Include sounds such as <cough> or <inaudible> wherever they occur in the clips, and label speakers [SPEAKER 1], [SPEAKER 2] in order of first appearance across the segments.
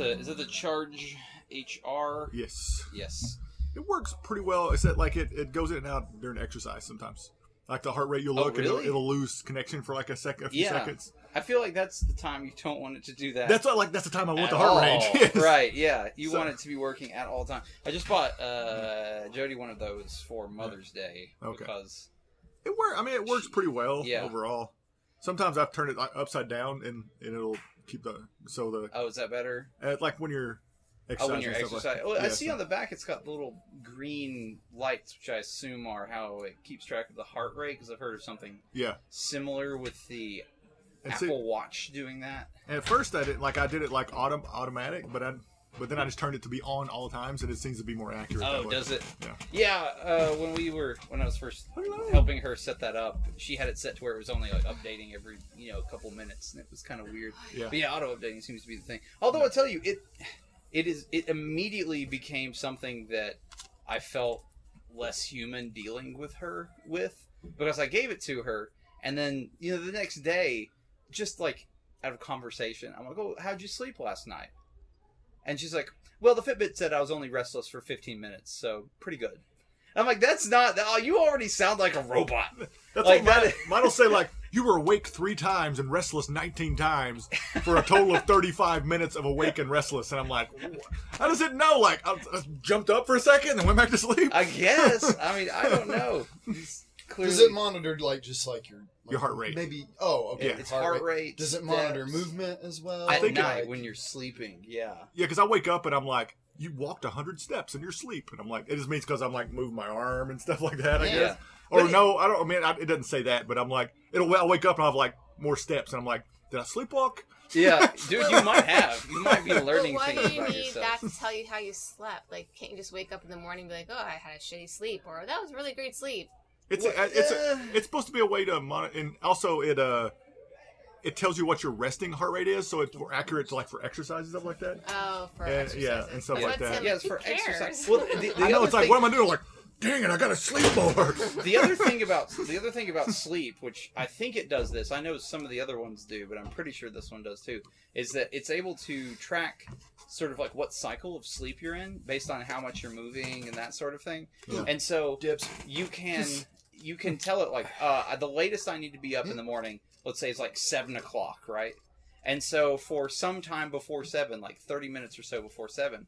[SPEAKER 1] Is it the Charge HR?
[SPEAKER 2] Yes.
[SPEAKER 1] Yes.
[SPEAKER 2] It works pretty well, except like it, it goes in and out during exercise sometimes. Like the heart rate, you'll
[SPEAKER 1] Oh,
[SPEAKER 2] look and
[SPEAKER 1] really?
[SPEAKER 2] it'll, it'll lose connection for like a second, a few
[SPEAKER 1] Yeah.
[SPEAKER 2] seconds.
[SPEAKER 1] I feel like that's the time you don't want it to do that.
[SPEAKER 2] That's why, like, that's the time I want
[SPEAKER 1] at
[SPEAKER 2] the heart
[SPEAKER 1] all.
[SPEAKER 2] rate. <laughs> Yes.
[SPEAKER 1] Right, yeah. You
[SPEAKER 2] So-
[SPEAKER 1] want it to be working at all times. I just bought uh, Jody one of those for Mother's Day
[SPEAKER 2] Okay.
[SPEAKER 1] because
[SPEAKER 2] It work. I mean, it works pretty well
[SPEAKER 1] Yeah.
[SPEAKER 2] overall. Sometimes I've turned it like, upside down and, and it'll keep the so the
[SPEAKER 1] oh, is that better?
[SPEAKER 2] uh, like when you're
[SPEAKER 1] Oh,
[SPEAKER 2] exercising.
[SPEAKER 1] when you're
[SPEAKER 2] and stuff
[SPEAKER 1] exercising.
[SPEAKER 2] Like,
[SPEAKER 1] Well, I
[SPEAKER 2] Yeah,
[SPEAKER 1] see
[SPEAKER 2] so-
[SPEAKER 1] on the back it's got little green lights, which I assume are how it keeps track of the heart rate. Because I've heard of something
[SPEAKER 2] yeah.
[SPEAKER 1] similar with the
[SPEAKER 2] And
[SPEAKER 1] Apple
[SPEAKER 2] see,
[SPEAKER 1] Watch doing that.
[SPEAKER 2] at first I didn't like I did it like autom- automatic, but I but then I just turned it to be on all times, and it seems to be more accurate. that
[SPEAKER 1] Oh,
[SPEAKER 2] way.
[SPEAKER 1] does it?
[SPEAKER 2] Yeah.
[SPEAKER 1] Yeah. uh, when we were when I was first
[SPEAKER 2] Hello.
[SPEAKER 1] helping her set that up, she had it set to where it was only like updating every you know couple minutes, and it was kind of weird.
[SPEAKER 2] Yeah.
[SPEAKER 1] But yeah, auto updating seems to be the thing. Although I tell you, it it is it immediately became something that I felt less human dealing with her with because I gave it to her, and then you know the next day, just like out of conversation, I'm like, "Oh, how'd you sleep last night?" And she's like, "Well, the Fitbit said I was only restless for 15 minutes, so pretty good." I'm like, "That's not. Oh, you already sound like a robot."
[SPEAKER 2] That's
[SPEAKER 1] Like,
[SPEAKER 2] what mine,
[SPEAKER 1] that-
[SPEAKER 2] mine'll say like you were awake three times and restless nineteen times for a total of thirty-five minutes of awake and restless, and I'm like, "Wh- how does it know? Like I, I jumped up for a second and went back to sleep.
[SPEAKER 1] I guess. I mean, I don't know. It's clearly,
[SPEAKER 3] Does it monitor like just like your like,
[SPEAKER 2] Your heart rate.
[SPEAKER 3] Maybe. Oh, okay.
[SPEAKER 2] Yeah.
[SPEAKER 1] it's heart rate.
[SPEAKER 3] Does it monitor
[SPEAKER 1] steps.
[SPEAKER 3] movement as well?
[SPEAKER 1] at
[SPEAKER 2] think it-
[SPEAKER 1] night when you're sleeping? Yeah.
[SPEAKER 2] yeah, because I wake up and I'm like, you walked hundred steps in your sleep, and I'm like, it just means because I'm like moving my arm and stuff like that. I
[SPEAKER 3] Yeah.
[SPEAKER 2] guess. Or no, I don't. I mean, I, it doesn't say that, but I'm like, it'll. I wake up and I'll have like more steps, and I'm like, did I sleepwalk?
[SPEAKER 1] <laughs> Yeah, dude, you might have. You might be learning
[SPEAKER 4] But why
[SPEAKER 1] things
[SPEAKER 4] do you
[SPEAKER 1] about
[SPEAKER 4] need
[SPEAKER 1] yourself.
[SPEAKER 4] that to tell you how you slept? Like, can't you just wake up in the morning and be like, "Oh, I had a shitty sleep," or "That was really great sleep"?
[SPEAKER 2] It's
[SPEAKER 1] Well,
[SPEAKER 2] a, it's a,
[SPEAKER 1] uh,
[SPEAKER 2] it's supposed to be a way to monitor, and also it uh it tells you what your resting heart rate is, so it's more accurate to like for exercise and stuff like that.
[SPEAKER 4] Oh, for
[SPEAKER 2] And-
[SPEAKER 4] exercises.
[SPEAKER 2] yeah, and stuff
[SPEAKER 4] That's
[SPEAKER 2] like
[SPEAKER 4] what
[SPEAKER 2] that.
[SPEAKER 4] Tim-
[SPEAKER 1] yeah, it's
[SPEAKER 4] who
[SPEAKER 1] for
[SPEAKER 4] cares?
[SPEAKER 1] exercise. Well,
[SPEAKER 4] <laughs>
[SPEAKER 1] the, the
[SPEAKER 2] I know
[SPEAKER 1] other
[SPEAKER 2] it's like,
[SPEAKER 1] thing,
[SPEAKER 2] what am I doing? Like, dang it, I gotta sleep more.
[SPEAKER 1] the other thing about the other thing about sleep, which I think it does this. I know some of the other ones do, but I'm pretty sure this one does too. Is that it's able to track sort of like what cycle of sleep you're in based on how much you're moving and that sort of thing.
[SPEAKER 3] Yeah.
[SPEAKER 1] And so
[SPEAKER 3] Dips.
[SPEAKER 1] you can you can tell it like uh, the latest I need to be up in the morning. Let's say it's like seven o'clock, right? And so for some time before seven, like thirty minutes or so before seven,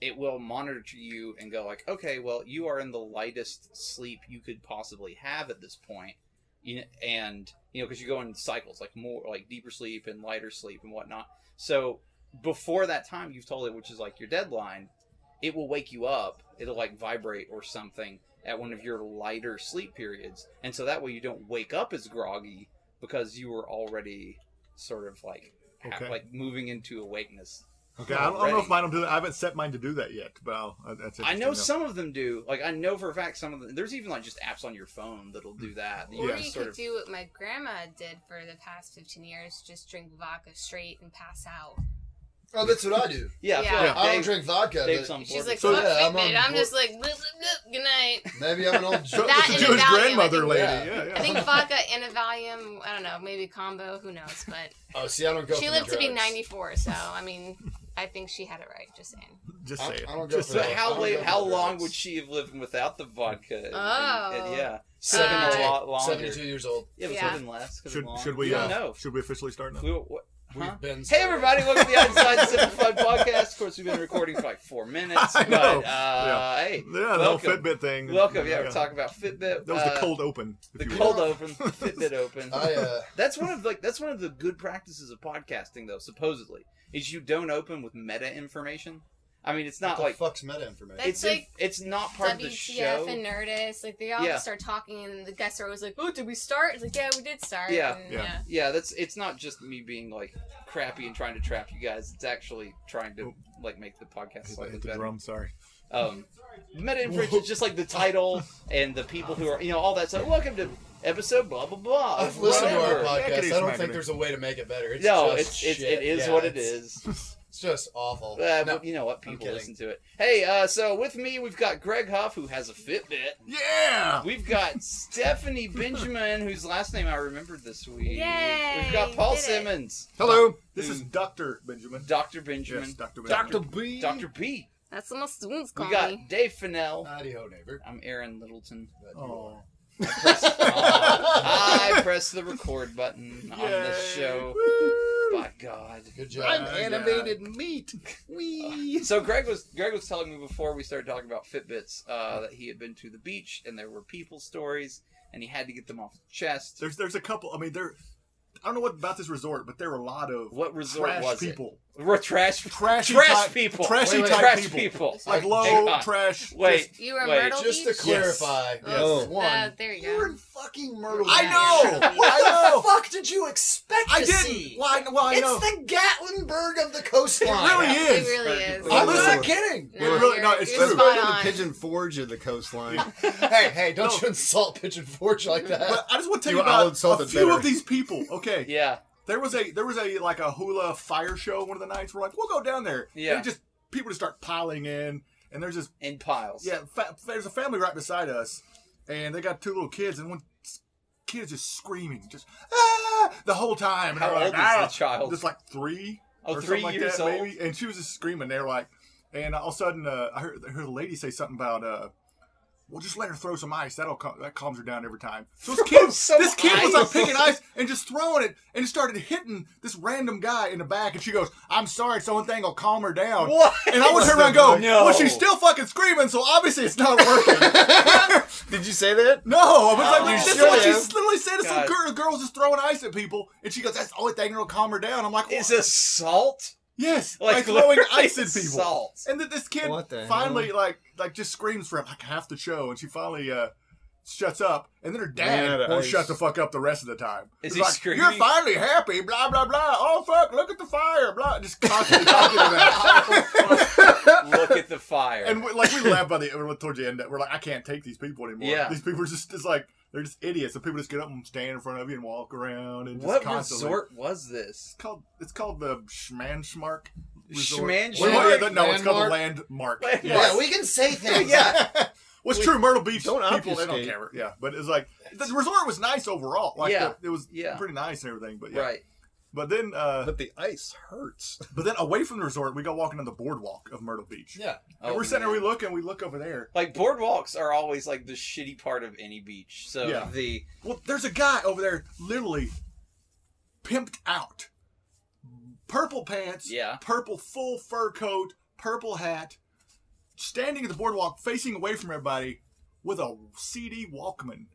[SPEAKER 1] it will monitor you and go like, okay, well you are in the lightest sleep you could possibly have at this point, you know, and you know because you go in cycles like more like deeper sleep and lighter sleep and whatnot. So before that time you've told it, which is like your deadline, it will wake you up. It'll like vibrate or something at one of your lighter sleep periods. And so that way you don't wake up as groggy because you were already sort of like ha-
[SPEAKER 2] Okay.
[SPEAKER 1] like moving into awakeness.
[SPEAKER 2] okay, I don't, I don't know
[SPEAKER 1] Already.
[SPEAKER 2] if mine will do that. I haven't set mine to do that yet, but I'll, uh, that's
[SPEAKER 1] I
[SPEAKER 2] interesting
[SPEAKER 1] know
[SPEAKER 2] though.
[SPEAKER 1] some of them do. Like I know for a fact some of them there's even like just apps on your phone that'll do that. that
[SPEAKER 4] Or
[SPEAKER 2] Yeah.
[SPEAKER 1] just
[SPEAKER 4] you could do what my grandma did for the past 15 years just drink vodka straight and pass out.
[SPEAKER 3] Oh, that's what
[SPEAKER 2] <laughs>
[SPEAKER 3] I do.
[SPEAKER 1] Yeah, I feel
[SPEAKER 4] Yeah.
[SPEAKER 1] like
[SPEAKER 3] I don't
[SPEAKER 1] Dave-
[SPEAKER 3] drink vodka.
[SPEAKER 1] Dave's
[SPEAKER 3] but
[SPEAKER 1] on
[SPEAKER 4] She's
[SPEAKER 1] board.
[SPEAKER 4] like,
[SPEAKER 3] So,
[SPEAKER 4] fuck
[SPEAKER 3] yeah, I'm
[SPEAKER 4] Fitbit.
[SPEAKER 3] on
[SPEAKER 4] I'm,
[SPEAKER 3] board.
[SPEAKER 4] just like, "Blip, blip, blip, good night.
[SPEAKER 3] Maybe I'm
[SPEAKER 1] <laughs>
[SPEAKER 3] an old.
[SPEAKER 2] So,
[SPEAKER 4] That
[SPEAKER 2] it's a
[SPEAKER 4] and
[SPEAKER 2] Jewish
[SPEAKER 4] Valium, I
[SPEAKER 2] grandmother
[SPEAKER 4] think.
[SPEAKER 2] lady.
[SPEAKER 3] Yeah.
[SPEAKER 2] Yeah, yeah.
[SPEAKER 4] I
[SPEAKER 2] <laughs>
[SPEAKER 4] think vodka and a Valium, I don't know, maybe combo, who knows. But
[SPEAKER 3] oh, see, I don't go.
[SPEAKER 4] she
[SPEAKER 3] for
[SPEAKER 4] lived
[SPEAKER 3] the
[SPEAKER 4] to be
[SPEAKER 3] drugs.
[SPEAKER 4] 94, so I mean, I think she had it right, just saying.
[SPEAKER 2] Just
[SPEAKER 3] I-
[SPEAKER 2] say it.
[SPEAKER 3] I don't go
[SPEAKER 2] Just
[SPEAKER 3] for
[SPEAKER 1] so
[SPEAKER 2] say
[SPEAKER 3] that.
[SPEAKER 2] it.
[SPEAKER 1] how
[SPEAKER 3] Oh,
[SPEAKER 1] late,
[SPEAKER 3] yeah.
[SPEAKER 1] how long would she have lived without the vodka? And- and- and
[SPEAKER 4] Oh.
[SPEAKER 1] yeah,
[SPEAKER 4] Uh,
[SPEAKER 3] Seventy-two.
[SPEAKER 1] a lot longer.
[SPEAKER 3] Seventy-two years old.
[SPEAKER 1] yeah, but
[SPEAKER 4] Yeah.
[SPEAKER 1] something less. 'cause
[SPEAKER 2] Should
[SPEAKER 1] long.
[SPEAKER 2] should we
[SPEAKER 1] We don't
[SPEAKER 2] uh,
[SPEAKER 1] know.
[SPEAKER 2] should we officially start now?
[SPEAKER 1] We, what,
[SPEAKER 3] We've
[SPEAKER 1] huh?
[SPEAKER 3] been.
[SPEAKER 1] Hey
[SPEAKER 3] started.
[SPEAKER 1] everybody, welcome to the Outside
[SPEAKER 2] <laughs>
[SPEAKER 1] Simple Fun podcast. Of course, we've been recording for like four minutes,
[SPEAKER 2] I
[SPEAKER 1] but
[SPEAKER 2] know.
[SPEAKER 1] uh, hey,
[SPEAKER 2] Yeah, the whole
[SPEAKER 1] welcome.
[SPEAKER 2] Fitbit thing.
[SPEAKER 1] welcome. Yeah, we're talking about Fitbit.
[SPEAKER 2] That was
[SPEAKER 1] uh,
[SPEAKER 2] the cold open. if
[SPEAKER 1] the
[SPEAKER 2] you will.
[SPEAKER 1] cold open, Fitbit
[SPEAKER 2] <laughs>
[SPEAKER 1] open.
[SPEAKER 3] I uh,
[SPEAKER 1] That's one of like that's one of the good practices of podcasting, though. Supposedly, is you don't open with meta information. I mean, <laughs>
[SPEAKER 3] <laughs>
[SPEAKER 1] it's
[SPEAKER 3] what
[SPEAKER 1] not
[SPEAKER 3] the
[SPEAKER 1] like
[SPEAKER 3] fuck's meta information.
[SPEAKER 4] That's
[SPEAKER 1] it's in-
[SPEAKER 4] like
[SPEAKER 1] it's not part of the show.
[SPEAKER 4] WTF and Nerdist, like they all
[SPEAKER 1] Yeah.
[SPEAKER 4] just start talking, and the guests are always like, "Oh, did we start?" It's like, "Yeah, we did start."
[SPEAKER 1] Yeah.
[SPEAKER 4] and,
[SPEAKER 2] Yeah.
[SPEAKER 1] yeah, that's it's not just me being like crappy and trying to trap you guys. It's actually trying to like make the podcast
[SPEAKER 2] Hit the-
[SPEAKER 1] slightly
[SPEAKER 2] hit the
[SPEAKER 1] better.
[SPEAKER 2] drum. Sorry. <laughs>
[SPEAKER 1] Um, meta information is just like the title and the people who are, you know, all that stuff. Welcome to episode blah blah blah.
[SPEAKER 3] I've listened to our
[SPEAKER 1] whatever.
[SPEAKER 2] Whatever.
[SPEAKER 3] podcast. I
[SPEAKER 2] Heckity
[SPEAKER 3] don't
[SPEAKER 2] smackity.
[SPEAKER 3] think there's a way to make it better. It's
[SPEAKER 1] No,
[SPEAKER 3] just
[SPEAKER 1] it's, it's it
[SPEAKER 3] shit.
[SPEAKER 1] is
[SPEAKER 3] Yeah,
[SPEAKER 1] what it
[SPEAKER 3] it's-
[SPEAKER 1] is.
[SPEAKER 3] It's just awful.
[SPEAKER 1] Uh,
[SPEAKER 3] No.
[SPEAKER 1] But you know what? People
[SPEAKER 3] kidding.
[SPEAKER 1] listen to it. Hey, uh, so with me, we've got Greg Huff, who has a Fitbit.
[SPEAKER 2] Yeah.
[SPEAKER 1] We've got Stephanie Benjamin, whose last name I remembered this week.
[SPEAKER 4] Yay,
[SPEAKER 1] We've got Paul
[SPEAKER 4] did it.
[SPEAKER 1] Simmons,
[SPEAKER 2] Hello. This is Doctor Benjamin.
[SPEAKER 1] Dr. Benjamin,
[SPEAKER 2] Yes, Doctor Benjamin.
[SPEAKER 3] Dr. B.
[SPEAKER 1] Dr. B.
[SPEAKER 4] That's what my students
[SPEAKER 1] We
[SPEAKER 4] call me.
[SPEAKER 1] got Dave Fennell.
[SPEAKER 3] Howdy ho, neighbor.
[SPEAKER 1] I'm Aaron Littleton. uh,
[SPEAKER 2] Oh.
[SPEAKER 1] I press the record button on this
[SPEAKER 2] Yay.
[SPEAKER 1] show.
[SPEAKER 2] Woo.
[SPEAKER 1] By God.
[SPEAKER 3] Good job.
[SPEAKER 2] I'm animated
[SPEAKER 3] meat.
[SPEAKER 1] <laughs> So Greg was Greg was telling me before we started talking about Fitbits uh, that he had been to the beach and there were people stories and he had to get them off his chest.
[SPEAKER 2] There's there's a couple. I mean, there. I don't know what about this resort, but there were a lot of
[SPEAKER 1] What resort
[SPEAKER 2] trash
[SPEAKER 1] was it?
[SPEAKER 2] people.
[SPEAKER 1] We're trash, <laughs>
[SPEAKER 2] Trashy
[SPEAKER 1] trash
[SPEAKER 2] type-
[SPEAKER 1] people,
[SPEAKER 2] trashy
[SPEAKER 1] Wait, wait,
[SPEAKER 2] type
[SPEAKER 1] trash
[SPEAKER 2] people.
[SPEAKER 1] people.
[SPEAKER 2] Like
[SPEAKER 3] Hang
[SPEAKER 2] low
[SPEAKER 1] on.
[SPEAKER 2] trash.
[SPEAKER 1] Wait,
[SPEAKER 4] You were
[SPEAKER 1] Wait,
[SPEAKER 4] Myrtle
[SPEAKER 3] Just to
[SPEAKER 4] Beach?
[SPEAKER 2] Yes.
[SPEAKER 3] clarify,
[SPEAKER 4] Oh,
[SPEAKER 3] yes. one.
[SPEAKER 4] uh, there you
[SPEAKER 3] you were
[SPEAKER 4] go.
[SPEAKER 3] in fucking Myrtle Beach.
[SPEAKER 2] I know.
[SPEAKER 3] <laughs>
[SPEAKER 2] I know.
[SPEAKER 3] What the fuck did you expect
[SPEAKER 2] I
[SPEAKER 3] to
[SPEAKER 2] didn't.
[SPEAKER 3] see?
[SPEAKER 2] Well, I, well, I
[SPEAKER 3] it's
[SPEAKER 2] know.
[SPEAKER 3] the Gatlinburg of the coastline.
[SPEAKER 2] really is.
[SPEAKER 4] It really is.
[SPEAKER 3] I'm
[SPEAKER 2] Listen.
[SPEAKER 3] not kidding.
[SPEAKER 4] No,
[SPEAKER 2] It really-
[SPEAKER 4] you're,
[SPEAKER 2] no, it's
[SPEAKER 4] you're
[SPEAKER 2] true.
[SPEAKER 4] spot
[SPEAKER 5] the
[SPEAKER 4] on.
[SPEAKER 5] Pigeon Forge of the coastline.
[SPEAKER 3] hey, hey, don't
[SPEAKER 2] No.
[SPEAKER 3] you insult Pigeon Forge like
[SPEAKER 2] <laughs>
[SPEAKER 3] that.
[SPEAKER 2] But I just want to tell
[SPEAKER 5] You
[SPEAKER 2] you
[SPEAKER 5] were all
[SPEAKER 2] about a
[SPEAKER 5] insulted
[SPEAKER 2] few
[SPEAKER 5] better.
[SPEAKER 2] of these people. Okay.
[SPEAKER 1] yeah,
[SPEAKER 2] There was a there was a like a hula fire show one of the nights. We're like, we'll go down there.
[SPEAKER 1] Yeah.
[SPEAKER 2] And it just people just start piling in, and there's this
[SPEAKER 1] in piles.
[SPEAKER 2] yeah. Fa- there's a family right beside us, and they got two little kids, and one s- kid is just screaming, just ah, the whole time. And
[SPEAKER 1] How
[SPEAKER 2] I'm
[SPEAKER 1] old
[SPEAKER 2] like,
[SPEAKER 1] is the
[SPEAKER 2] "Ah."
[SPEAKER 1] child?
[SPEAKER 2] Just like three.
[SPEAKER 1] Oh,
[SPEAKER 2] or
[SPEAKER 1] three
[SPEAKER 2] something like
[SPEAKER 1] years
[SPEAKER 2] that,
[SPEAKER 1] old.
[SPEAKER 2] Maybe. And she was just screaming. They're like, and all of a sudden, uh, I heard I heard a lady say something about. uh well, just let her throw some ice. That'll cal- that calms her down every time. So this
[SPEAKER 1] Throw
[SPEAKER 2] kid,
[SPEAKER 1] some
[SPEAKER 2] this kid was like
[SPEAKER 1] ice? <laughs>
[SPEAKER 2] picking ice and just throwing it, and just started hitting this random guy in the back. And she goes, "I'm sorry, it's the only thing will calm her down."
[SPEAKER 1] What?
[SPEAKER 2] And I would turn around and go,
[SPEAKER 1] <laughs> No.
[SPEAKER 2] "Well, she's still fucking screaming, so obviously it's
[SPEAKER 1] <laughs>
[SPEAKER 2] not working."
[SPEAKER 5] Did you say that?
[SPEAKER 2] No, I was like,
[SPEAKER 1] Oh,
[SPEAKER 2] this is
[SPEAKER 5] you
[SPEAKER 2] what she
[SPEAKER 5] should have.
[SPEAKER 2] literally said to some
[SPEAKER 1] God.
[SPEAKER 2] girl. Girls just throwing ice at people, and she goes, "That's the only thing that'll calm her down." I'm like,
[SPEAKER 1] Is
[SPEAKER 2] "What?"
[SPEAKER 1] assault
[SPEAKER 2] yes,
[SPEAKER 1] like <laughs>
[SPEAKER 2] <laughs> like, throwing
[SPEAKER 1] literally
[SPEAKER 2] ice at people.
[SPEAKER 1] assault.
[SPEAKER 2] <laughs> And then this kid
[SPEAKER 5] What the
[SPEAKER 2] finally like like just screams for like half the show, and she finally uh shuts up, and then her dad
[SPEAKER 5] Ran out of
[SPEAKER 2] won't
[SPEAKER 5] ice.
[SPEAKER 2] shut the fuck up the rest of the time.
[SPEAKER 1] Is
[SPEAKER 2] He's
[SPEAKER 1] he
[SPEAKER 2] like,
[SPEAKER 1] screaming?
[SPEAKER 2] You're finally happy, blah blah blah. Oh fuck, look at the fire, blah. Just constantly talking about.
[SPEAKER 1] <laughs>
[SPEAKER 2] it. <laughs>
[SPEAKER 1] Look at the fire.
[SPEAKER 2] And we, like we
[SPEAKER 1] <laughs>
[SPEAKER 2] laugh by the towards the end, we're like, I can't take these people anymore.
[SPEAKER 1] Yeah.
[SPEAKER 2] these people are just it's like they're just idiots. The people just get up and stand in front of you and walk around and just
[SPEAKER 1] what
[SPEAKER 2] constantly.
[SPEAKER 1] resort was this?
[SPEAKER 2] It's called it's called the Schmanschmark Resort.
[SPEAKER 1] Schmanschmark?
[SPEAKER 2] Well, yeah, the- no, it's called the Landmark.
[SPEAKER 3] Landmark?
[SPEAKER 1] Landmark.
[SPEAKER 3] yeah, we
[SPEAKER 2] <laughs>
[SPEAKER 3] can say things.
[SPEAKER 2] yeah. What's true, Myrtle Beach
[SPEAKER 5] Don't
[SPEAKER 2] people they don't
[SPEAKER 5] obfuscate.
[SPEAKER 2] care. Yeah, but it's like the resort was nice overall. Like
[SPEAKER 1] Yeah.
[SPEAKER 2] the- it was
[SPEAKER 1] Yeah.
[SPEAKER 2] pretty nice and everything. But yeah.
[SPEAKER 1] Right.
[SPEAKER 2] But then, uh,
[SPEAKER 5] But the ice hurts.
[SPEAKER 2] but then away from the resort, we go walking on the boardwalk of Myrtle Beach.
[SPEAKER 3] Yeah.
[SPEAKER 2] And
[SPEAKER 1] Oh,
[SPEAKER 2] we're sitting there, we look, and we look over there.
[SPEAKER 1] Like boardwalks are always like the shitty part of any beach. So
[SPEAKER 2] Yeah.
[SPEAKER 1] the
[SPEAKER 2] Well, there's a guy over there, literally pimped out, purple pants,
[SPEAKER 3] <laughs>
[SPEAKER 1] Yeah.
[SPEAKER 2] purple full fur coat, purple hat, standing at the boardwalk, facing away from everybody, with a CD Walkman.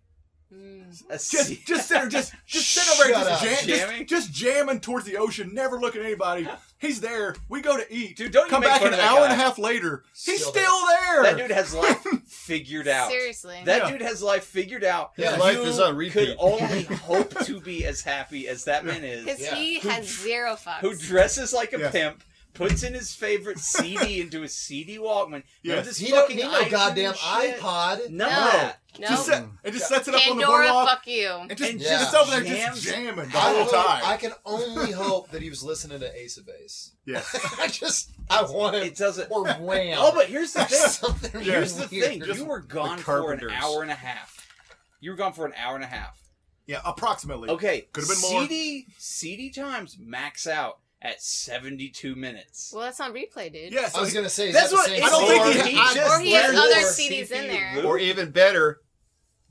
[SPEAKER 4] Mm.
[SPEAKER 1] a <laughs>
[SPEAKER 3] <laughs>
[SPEAKER 2] just just sit there, just just sit over there,
[SPEAKER 3] Shut
[SPEAKER 2] just,
[SPEAKER 3] up.
[SPEAKER 2] jam,
[SPEAKER 1] Jamming?
[SPEAKER 2] just just jamming towards the ocean, never looking at anybody. He's there. We go to eat.
[SPEAKER 1] Dude, don't you
[SPEAKER 2] come
[SPEAKER 1] make
[SPEAKER 2] back
[SPEAKER 1] fun
[SPEAKER 2] an
[SPEAKER 1] of that
[SPEAKER 2] hour and
[SPEAKER 1] guy.
[SPEAKER 2] a half later. He's
[SPEAKER 3] Still
[SPEAKER 2] still there.
[SPEAKER 1] that dude has
[SPEAKER 2] <laughs>
[SPEAKER 1] life figured out.
[SPEAKER 4] Seriously.
[SPEAKER 1] That
[SPEAKER 2] Yeah.
[SPEAKER 1] dude has life figured out.
[SPEAKER 3] His
[SPEAKER 5] life
[SPEAKER 1] You
[SPEAKER 5] is on repeat.
[SPEAKER 1] Could
[SPEAKER 2] <laughs>
[SPEAKER 1] only hope to be as happy as that man is,
[SPEAKER 4] Because
[SPEAKER 3] Yeah.
[SPEAKER 4] he has zero fucks.
[SPEAKER 1] who dresses like a
[SPEAKER 2] Yeah.
[SPEAKER 1] pimp, puts in his favorite CD
[SPEAKER 2] <laughs>
[SPEAKER 1] into his CD Walkman. Yeah,
[SPEAKER 2] Yes.
[SPEAKER 1] this
[SPEAKER 3] He don't
[SPEAKER 1] fucking
[SPEAKER 3] need no
[SPEAKER 1] iTunes
[SPEAKER 3] goddamn
[SPEAKER 1] shit.
[SPEAKER 3] iPod.
[SPEAKER 1] None
[SPEAKER 4] No.
[SPEAKER 1] of that.
[SPEAKER 4] no.
[SPEAKER 2] Just sit, it just sets it up on the
[SPEAKER 4] Pandora,
[SPEAKER 2] boardwalk
[SPEAKER 4] fuck you.
[SPEAKER 2] and just
[SPEAKER 1] And
[SPEAKER 2] just
[SPEAKER 3] yeah.
[SPEAKER 2] over there
[SPEAKER 1] jams.
[SPEAKER 2] just jamming the
[SPEAKER 3] I,
[SPEAKER 2] whole
[SPEAKER 3] hope-
[SPEAKER 2] time.
[SPEAKER 3] I can only hope that he was listening to Ace of Base.
[SPEAKER 2] yeah.
[SPEAKER 3] <laughs> I just, I want
[SPEAKER 1] It
[SPEAKER 3] it.
[SPEAKER 1] doesn't.
[SPEAKER 3] Or Wham.
[SPEAKER 1] Oh, but here's
[SPEAKER 2] <laughs>
[SPEAKER 1] the
[SPEAKER 3] Or
[SPEAKER 1] thing.
[SPEAKER 3] something
[SPEAKER 1] Here's the
[SPEAKER 3] weird.
[SPEAKER 1] thing. You were gone
[SPEAKER 5] the
[SPEAKER 1] for an
[SPEAKER 5] Carpenters.
[SPEAKER 1] hour and a half. You were gone for an hour and a half.
[SPEAKER 2] Yeah, approximately.
[SPEAKER 1] Okay.
[SPEAKER 2] Could've been more.
[SPEAKER 1] CD CD times max out at 72 minutes.
[SPEAKER 4] Well, that's on replay, dude.
[SPEAKER 2] Yes.
[SPEAKER 3] I was gonna say, is
[SPEAKER 1] That's
[SPEAKER 3] that
[SPEAKER 1] what-
[SPEAKER 3] the same
[SPEAKER 2] I don't think
[SPEAKER 3] store?
[SPEAKER 2] he- I-
[SPEAKER 1] just
[SPEAKER 4] Or he has
[SPEAKER 1] learned
[SPEAKER 4] other
[SPEAKER 1] more
[SPEAKER 4] CDs in there.
[SPEAKER 1] loop.
[SPEAKER 5] Or even better,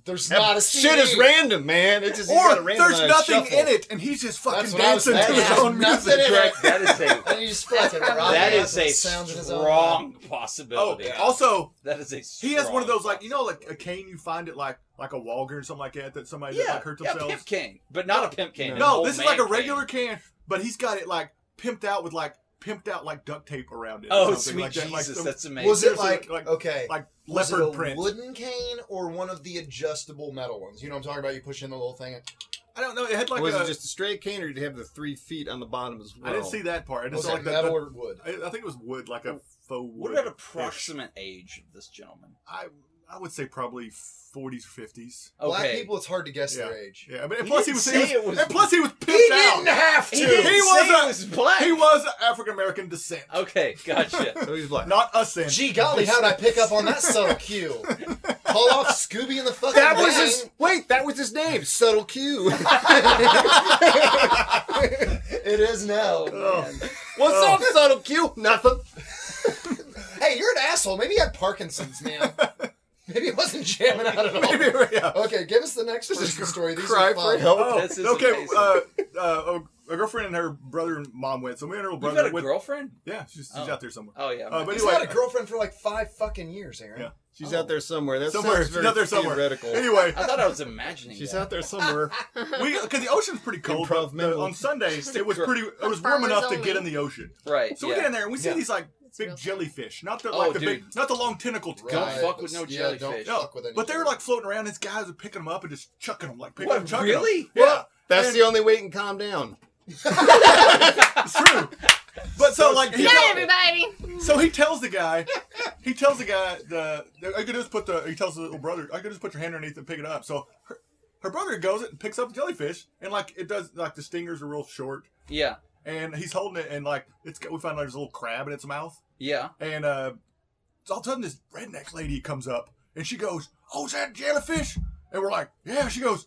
[SPEAKER 3] There's
[SPEAKER 5] that
[SPEAKER 3] not a CD.
[SPEAKER 5] shit is random, man. It just you
[SPEAKER 2] or
[SPEAKER 5] gotta
[SPEAKER 2] there's
[SPEAKER 5] randomize
[SPEAKER 2] nothing
[SPEAKER 5] shuffle.
[SPEAKER 2] in it, and he's just fucking
[SPEAKER 3] That's what I was
[SPEAKER 2] dancing to
[SPEAKER 3] saying.
[SPEAKER 2] his own music.
[SPEAKER 3] There's nothing in it.
[SPEAKER 1] Correct. That <laughs> is a
[SPEAKER 3] And he just fucking rock
[SPEAKER 1] that
[SPEAKER 3] it
[SPEAKER 1] is
[SPEAKER 3] out
[SPEAKER 1] a
[SPEAKER 3] to the sound of his own-
[SPEAKER 1] strong
[SPEAKER 2] Oh,
[SPEAKER 1] possibility.
[SPEAKER 2] also,
[SPEAKER 1] That is a.
[SPEAKER 2] He has one of
[SPEAKER 1] strong
[SPEAKER 2] those like you know like a cane you find at like like a Walgreens or something like that that somebody that,
[SPEAKER 1] yeah,
[SPEAKER 2] like hurt
[SPEAKER 1] yeah,
[SPEAKER 2] themselves.
[SPEAKER 1] pimp cane, but not a pimp cane.
[SPEAKER 5] No,
[SPEAKER 1] an
[SPEAKER 2] no,
[SPEAKER 1] old
[SPEAKER 2] this is
[SPEAKER 1] man
[SPEAKER 2] like a
[SPEAKER 1] cane.
[SPEAKER 2] regular can, but he's got it like pimped out with like pimped out like duct tape around it. or
[SPEAKER 1] Oh
[SPEAKER 2] something
[SPEAKER 1] sweet
[SPEAKER 2] like
[SPEAKER 1] Jesus,
[SPEAKER 2] that. like some-
[SPEAKER 1] that's amazing.
[SPEAKER 3] Was it
[SPEAKER 2] Seriously,
[SPEAKER 3] like,
[SPEAKER 2] like-
[SPEAKER 3] okay?
[SPEAKER 2] like
[SPEAKER 3] was
[SPEAKER 2] leopard
[SPEAKER 3] it a
[SPEAKER 2] print.
[SPEAKER 3] wooden cane or one of the adjustable metal ones? You know what I'm talking about? You push in the little thing.
[SPEAKER 2] I don't know. It had like
[SPEAKER 5] Or was
[SPEAKER 2] a,
[SPEAKER 5] it just a straight cane, or did it have the three feet on the bottom as well?
[SPEAKER 2] I didn't see that part. I just
[SPEAKER 3] Was
[SPEAKER 2] saw
[SPEAKER 3] it
[SPEAKER 2] like the,
[SPEAKER 3] metal or wood?
[SPEAKER 1] Oh.
[SPEAKER 2] the- I, I think it was wood, like a faux wood.
[SPEAKER 1] What about approximate age of this gentleman?
[SPEAKER 2] I I would say probably 40s or 50s.
[SPEAKER 3] Black
[SPEAKER 1] Okay.
[SPEAKER 3] people, it's hard to guess their age.
[SPEAKER 2] Yeah, I mean, and
[SPEAKER 1] He
[SPEAKER 2] plus he
[SPEAKER 1] didn't
[SPEAKER 2] was,
[SPEAKER 1] say
[SPEAKER 2] he
[SPEAKER 1] it
[SPEAKER 2] was,
[SPEAKER 1] was-
[SPEAKER 2] and plus he was pimped
[SPEAKER 3] He didn't
[SPEAKER 2] out.
[SPEAKER 3] have to.
[SPEAKER 1] he didn't say
[SPEAKER 2] He was a-
[SPEAKER 1] it was black.
[SPEAKER 2] He was African American descent,
[SPEAKER 1] okay,
[SPEAKER 5] <laughs>
[SPEAKER 1] gotcha.
[SPEAKER 5] So Oh, he's black.
[SPEAKER 2] not ascent.
[SPEAKER 3] Gee golly, how did I pick up on that
[SPEAKER 2] <laughs>
[SPEAKER 3] subtle cue? Call off Scooby and the fucking
[SPEAKER 5] That was
[SPEAKER 3] Gang.
[SPEAKER 5] his wait. That was his name. Subtle <laughs> Q.
[SPEAKER 3] <laughs> It is now.
[SPEAKER 1] Oh, man.
[SPEAKER 5] What's up, Subtle Q? Nothing.
[SPEAKER 3] <laughs> Hey, you're an asshole. Maybe you had
[SPEAKER 2] <laughs>
[SPEAKER 3] Parkinson's, man. Maybe it wasn't jamming out at all.
[SPEAKER 2] Maybe, <laughs> yeah.
[SPEAKER 3] Okay, give us the next person story. These
[SPEAKER 5] <laughs> Cry
[SPEAKER 3] are
[SPEAKER 5] for
[SPEAKER 3] fun.
[SPEAKER 5] help.
[SPEAKER 2] Oh,
[SPEAKER 1] Oh, This is
[SPEAKER 2] okay.
[SPEAKER 1] amazing.
[SPEAKER 2] Uh, uh, a girlfriend and her brother and mom went. So me and her
[SPEAKER 1] You've
[SPEAKER 2] brother
[SPEAKER 1] got a
[SPEAKER 2] went.
[SPEAKER 1] girlfriend?
[SPEAKER 2] Yeah, she's, she's
[SPEAKER 1] Oh.
[SPEAKER 2] out there somewhere.
[SPEAKER 1] Oh yeah.
[SPEAKER 2] Uh, but
[SPEAKER 3] He's
[SPEAKER 2] anyway,
[SPEAKER 3] had a girlfriend for like five fucking years, Aaron.
[SPEAKER 2] Yeah.
[SPEAKER 5] She's out there somewhere. That
[SPEAKER 2] Oh. Somewhere.
[SPEAKER 5] sounds
[SPEAKER 2] She's
[SPEAKER 5] very
[SPEAKER 2] out there somewhere.
[SPEAKER 5] theoretical.
[SPEAKER 2] anyway,
[SPEAKER 1] I thought I was imagining.
[SPEAKER 5] <laughs> She's
[SPEAKER 1] that.
[SPEAKER 5] out
[SPEAKER 2] <laughs>
[SPEAKER 5] there somewhere.
[SPEAKER 2] we because the ocean's pretty cold.
[SPEAKER 5] Improv
[SPEAKER 2] but the-
[SPEAKER 5] memo.
[SPEAKER 2] on
[SPEAKER 1] <laughs>
[SPEAKER 2] Sundays, it was
[SPEAKER 1] gr-
[SPEAKER 2] pretty. It was warm
[SPEAKER 4] Farmers
[SPEAKER 2] enough to
[SPEAKER 4] only.
[SPEAKER 2] get in the ocean.
[SPEAKER 1] right.
[SPEAKER 2] So
[SPEAKER 1] yeah.
[SPEAKER 2] we get in there and we see
[SPEAKER 3] Yeah.
[SPEAKER 2] these like
[SPEAKER 4] It's
[SPEAKER 2] big
[SPEAKER 4] real funny.
[SPEAKER 2] jellyfish, not the
[SPEAKER 1] Oh,
[SPEAKER 2] like the big,
[SPEAKER 1] dude.
[SPEAKER 2] not the long tentacled
[SPEAKER 3] Right.
[SPEAKER 1] Don't
[SPEAKER 2] guys.
[SPEAKER 1] fuck with no
[SPEAKER 3] Yeah, don't
[SPEAKER 1] jellyfish.
[SPEAKER 3] fuck with any
[SPEAKER 2] But they were
[SPEAKER 3] jellyfish.
[SPEAKER 2] like floating around. These guys would pick them up and just chucking them, like picking
[SPEAKER 1] What,
[SPEAKER 2] them, chucking 'em.
[SPEAKER 1] really?
[SPEAKER 2] Yeah,
[SPEAKER 5] That's
[SPEAKER 2] And-
[SPEAKER 5] the only way you can calm down.
[SPEAKER 2] it's true. But so like he
[SPEAKER 4] Good night,
[SPEAKER 2] felt-
[SPEAKER 4] everybody.
[SPEAKER 2] So he tells the guy, he tells the guy, the, the I could just put the, he tells the little brother, I could just put your hand underneath and pick it up. So her, her brother goes and picks up the jellyfish, and like it does, like the stingers are real short,
[SPEAKER 1] Yeah.
[SPEAKER 2] and he's holding it, and like it's got- we find like there's a little crab in its mouth,
[SPEAKER 1] Yeah.
[SPEAKER 2] and uh, so all of a sudden this redneck lady comes up, and she goes, "Oh, is that a jellyfish?" And we're like, "Yeah." She goes,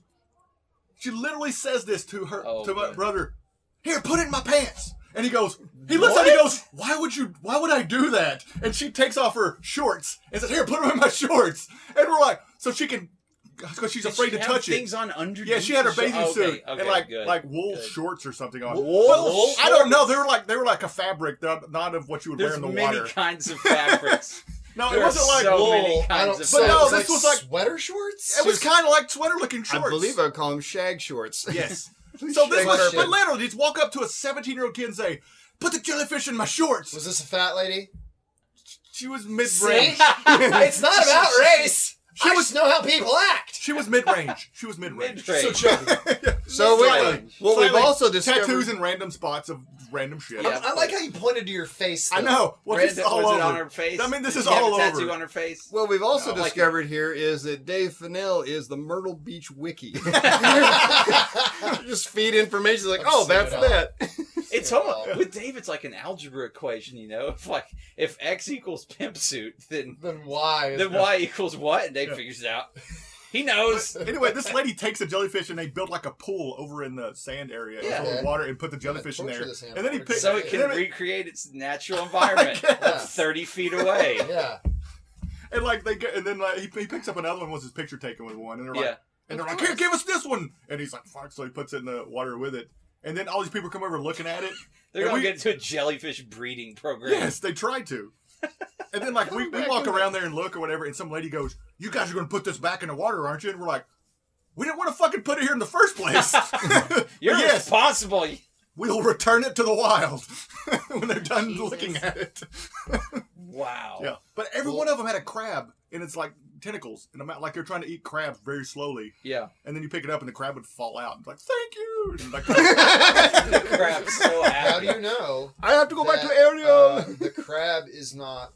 [SPEAKER 2] she literally says this to her
[SPEAKER 1] Oh,
[SPEAKER 2] to my
[SPEAKER 1] good.
[SPEAKER 2] brother, "Here, put it in my pants." And he goes, he looks at it and he goes, "Why would you? Why would I do that?" And she takes off her shorts and says, "Here, put them in my <laughs> shorts." And we're like, so she can, because she's
[SPEAKER 1] Did
[SPEAKER 2] afraid
[SPEAKER 1] she
[SPEAKER 2] to
[SPEAKER 1] have
[SPEAKER 2] touch it.
[SPEAKER 1] Things on underneath.
[SPEAKER 2] Yeah, she had her
[SPEAKER 1] the
[SPEAKER 2] bathing
[SPEAKER 1] sho- oh,
[SPEAKER 2] suit
[SPEAKER 1] okay, okay,
[SPEAKER 2] and like
[SPEAKER 1] good.
[SPEAKER 2] like wool
[SPEAKER 1] good.
[SPEAKER 2] shorts or something on.
[SPEAKER 1] Wool
[SPEAKER 2] Well, I don't
[SPEAKER 1] shorts?
[SPEAKER 2] know. They were like they were like a fabric, they're not of what you would
[SPEAKER 1] There's
[SPEAKER 2] wear in the
[SPEAKER 1] many
[SPEAKER 2] water.
[SPEAKER 1] kinds of fabrics.
[SPEAKER 2] No,
[SPEAKER 1] there
[SPEAKER 2] <laughs> it wasn't
[SPEAKER 1] are
[SPEAKER 2] like
[SPEAKER 1] so
[SPEAKER 2] wool.
[SPEAKER 1] many
[SPEAKER 2] It
[SPEAKER 3] I
[SPEAKER 1] kinds
[SPEAKER 3] don't.
[SPEAKER 1] of
[SPEAKER 3] So
[SPEAKER 2] But no,
[SPEAKER 3] it was
[SPEAKER 2] this
[SPEAKER 3] like
[SPEAKER 2] was like-
[SPEAKER 3] sweater shorts.
[SPEAKER 2] was kind of like sweater-looking shorts.
[SPEAKER 5] I
[SPEAKER 2] <laughs>
[SPEAKER 5] believe I would call them shag shorts. <laughs>
[SPEAKER 2] Yes. so this
[SPEAKER 5] shag
[SPEAKER 2] was,
[SPEAKER 5] shorts.
[SPEAKER 2] but literally, just walk up to a 17-year-old kid and say, "Put the jellyfish in my shorts."
[SPEAKER 3] Was this a fat lady?
[SPEAKER 2] She was <laughs> mid-range.
[SPEAKER 1] <laughs>
[SPEAKER 3] it's not about race.
[SPEAKER 2] She
[SPEAKER 3] I
[SPEAKER 2] was-
[SPEAKER 3] just know how people act.
[SPEAKER 2] <laughs> She was mid-range. She was mid-range.
[SPEAKER 1] Mid-range.
[SPEAKER 3] So chubby.
[SPEAKER 2] <laughs>
[SPEAKER 5] So we,
[SPEAKER 1] Slightly.
[SPEAKER 5] what we've
[SPEAKER 2] Slightly
[SPEAKER 5] also discovered
[SPEAKER 2] tattoos in random spots of random shit.
[SPEAKER 1] Yeah.
[SPEAKER 3] I like how you pointed to your face.
[SPEAKER 2] I
[SPEAKER 3] though.
[SPEAKER 2] know. Well, this
[SPEAKER 1] Brandon,
[SPEAKER 2] is all
[SPEAKER 1] was it
[SPEAKER 2] over.
[SPEAKER 1] on her face?
[SPEAKER 2] I mean, this
[SPEAKER 1] Did
[SPEAKER 2] is
[SPEAKER 1] she have
[SPEAKER 2] all
[SPEAKER 1] a
[SPEAKER 2] over.
[SPEAKER 1] Tattoo on her face.
[SPEAKER 5] What we've also
[SPEAKER 2] Oh,
[SPEAKER 1] No, I like
[SPEAKER 5] discovered here is that Dave Fennell is the Myrtle Beach
[SPEAKER 2] <laughs>
[SPEAKER 5] Wiki. <laughs> Just feed information like, oh,
[SPEAKER 3] Let's
[SPEAKER 5] that's
[SPEAKER 3] see
[SPEAKER 5] that.
[SPEAKER 1] It's
[SPEAKER 3] Yeah.
[SPEAKER 1] almost with Dave. It's like an algebra equation, you know. <laughs> If like if x equals pimp suit, then
[SPEAKER 3] Then why? is
[SPEAKER 1] then
[SPEAKER 3] that-
[SPEAKER 1] y equals what? And Dave figures it out. He
[SPEAKER 2] <laughs>
[SPEAKER 1] knows.
[SPEAKER 2] Anyway, this lady takes a jellyfish and they build like a pool over in the sand area
[SPEAKER 1] Yeah.
[SPEAKER 2] over the water and put the jellyfish in
[SPEAKER 3] torture
[SPEAKER 2] there.
[SPEAKER 3] the sand
[SPEAKER 2] and then he
[SPEAKER 3] water.
[SPEAKER 2] picks
[SPEAKER 1] So it can
[SPEAKER 2] and, then it-
[SPEAKER 1] recreate its natural environment
[SPEAKER 3] guess.
[SPEAKER 1] thirty feet away.
[SPEAKER 3] Yeah.
[SPEAKER 2] and like they get and then like he, he picks up another one was his picture taken with one and they're like
[SPEAKER 1] Yeah.
[SPEAKER 2] and they're
[SPEAKER 4] Of
[SPEAKER 2] like here
[SPEAKER 4] course.
[SPEAKER 2] give us this one and he's like fuck so he puts it in the water with it and then all these people come over looking at it
[SPEAKER 1] They're
[SPEAKER 2] And
[SPEAKER 1] gonna
[SPEAKER 2] we-
[SPEAKER 1] get into a jellyfish breeding program.
[SPEAKER 2] yes they tried to and then like we, we
[SPEAKER 5] back
[SPEAKER 2] walk
[SPEAKER 5] in
[SPEAKER 2] around there and look or whatever and some lady goes you guys are gonna put this back in the water aren't you and we're like we didn't want to fucking put it here in the first place <laughs>
[SPEAKER 1] You're
[SPEAKER 2] yes
[SPEAKER 1] responsible.
[SPEAKER 2] we'll return it to the wild <laughs> when they're done
[SPEAKER 4] Jesus.
[SPEAKER 2] looking at it
[SPEAKER 1] Wow.
[SPEAKER 3] Oh,
[SPEAKER 2] Yeah, but every one of them had a crab, and it's like tentacles, and I'm out- like they're trying to eat crabs very slowly,
[SPEAKER 1] Yeah.
[SPEAKER 2] and then you pick it up, and the crab would fall out, and like thank you, and like,
[SPEAKER 1] The
[SPEAKER 2] <laughs>
[SPEAKER 3] <laughs>
[SPEAKER 1] crab's so
[SPEAKER 3] How
[SPEAKER 1] happy.
[SPEAKER 3] do you know?
[SPEAKER 5] I have to go back to
[SPEAKER 3] that,
[SPEAKER 5] Ariel.
[SPEAKER 3] uh, the crab is not.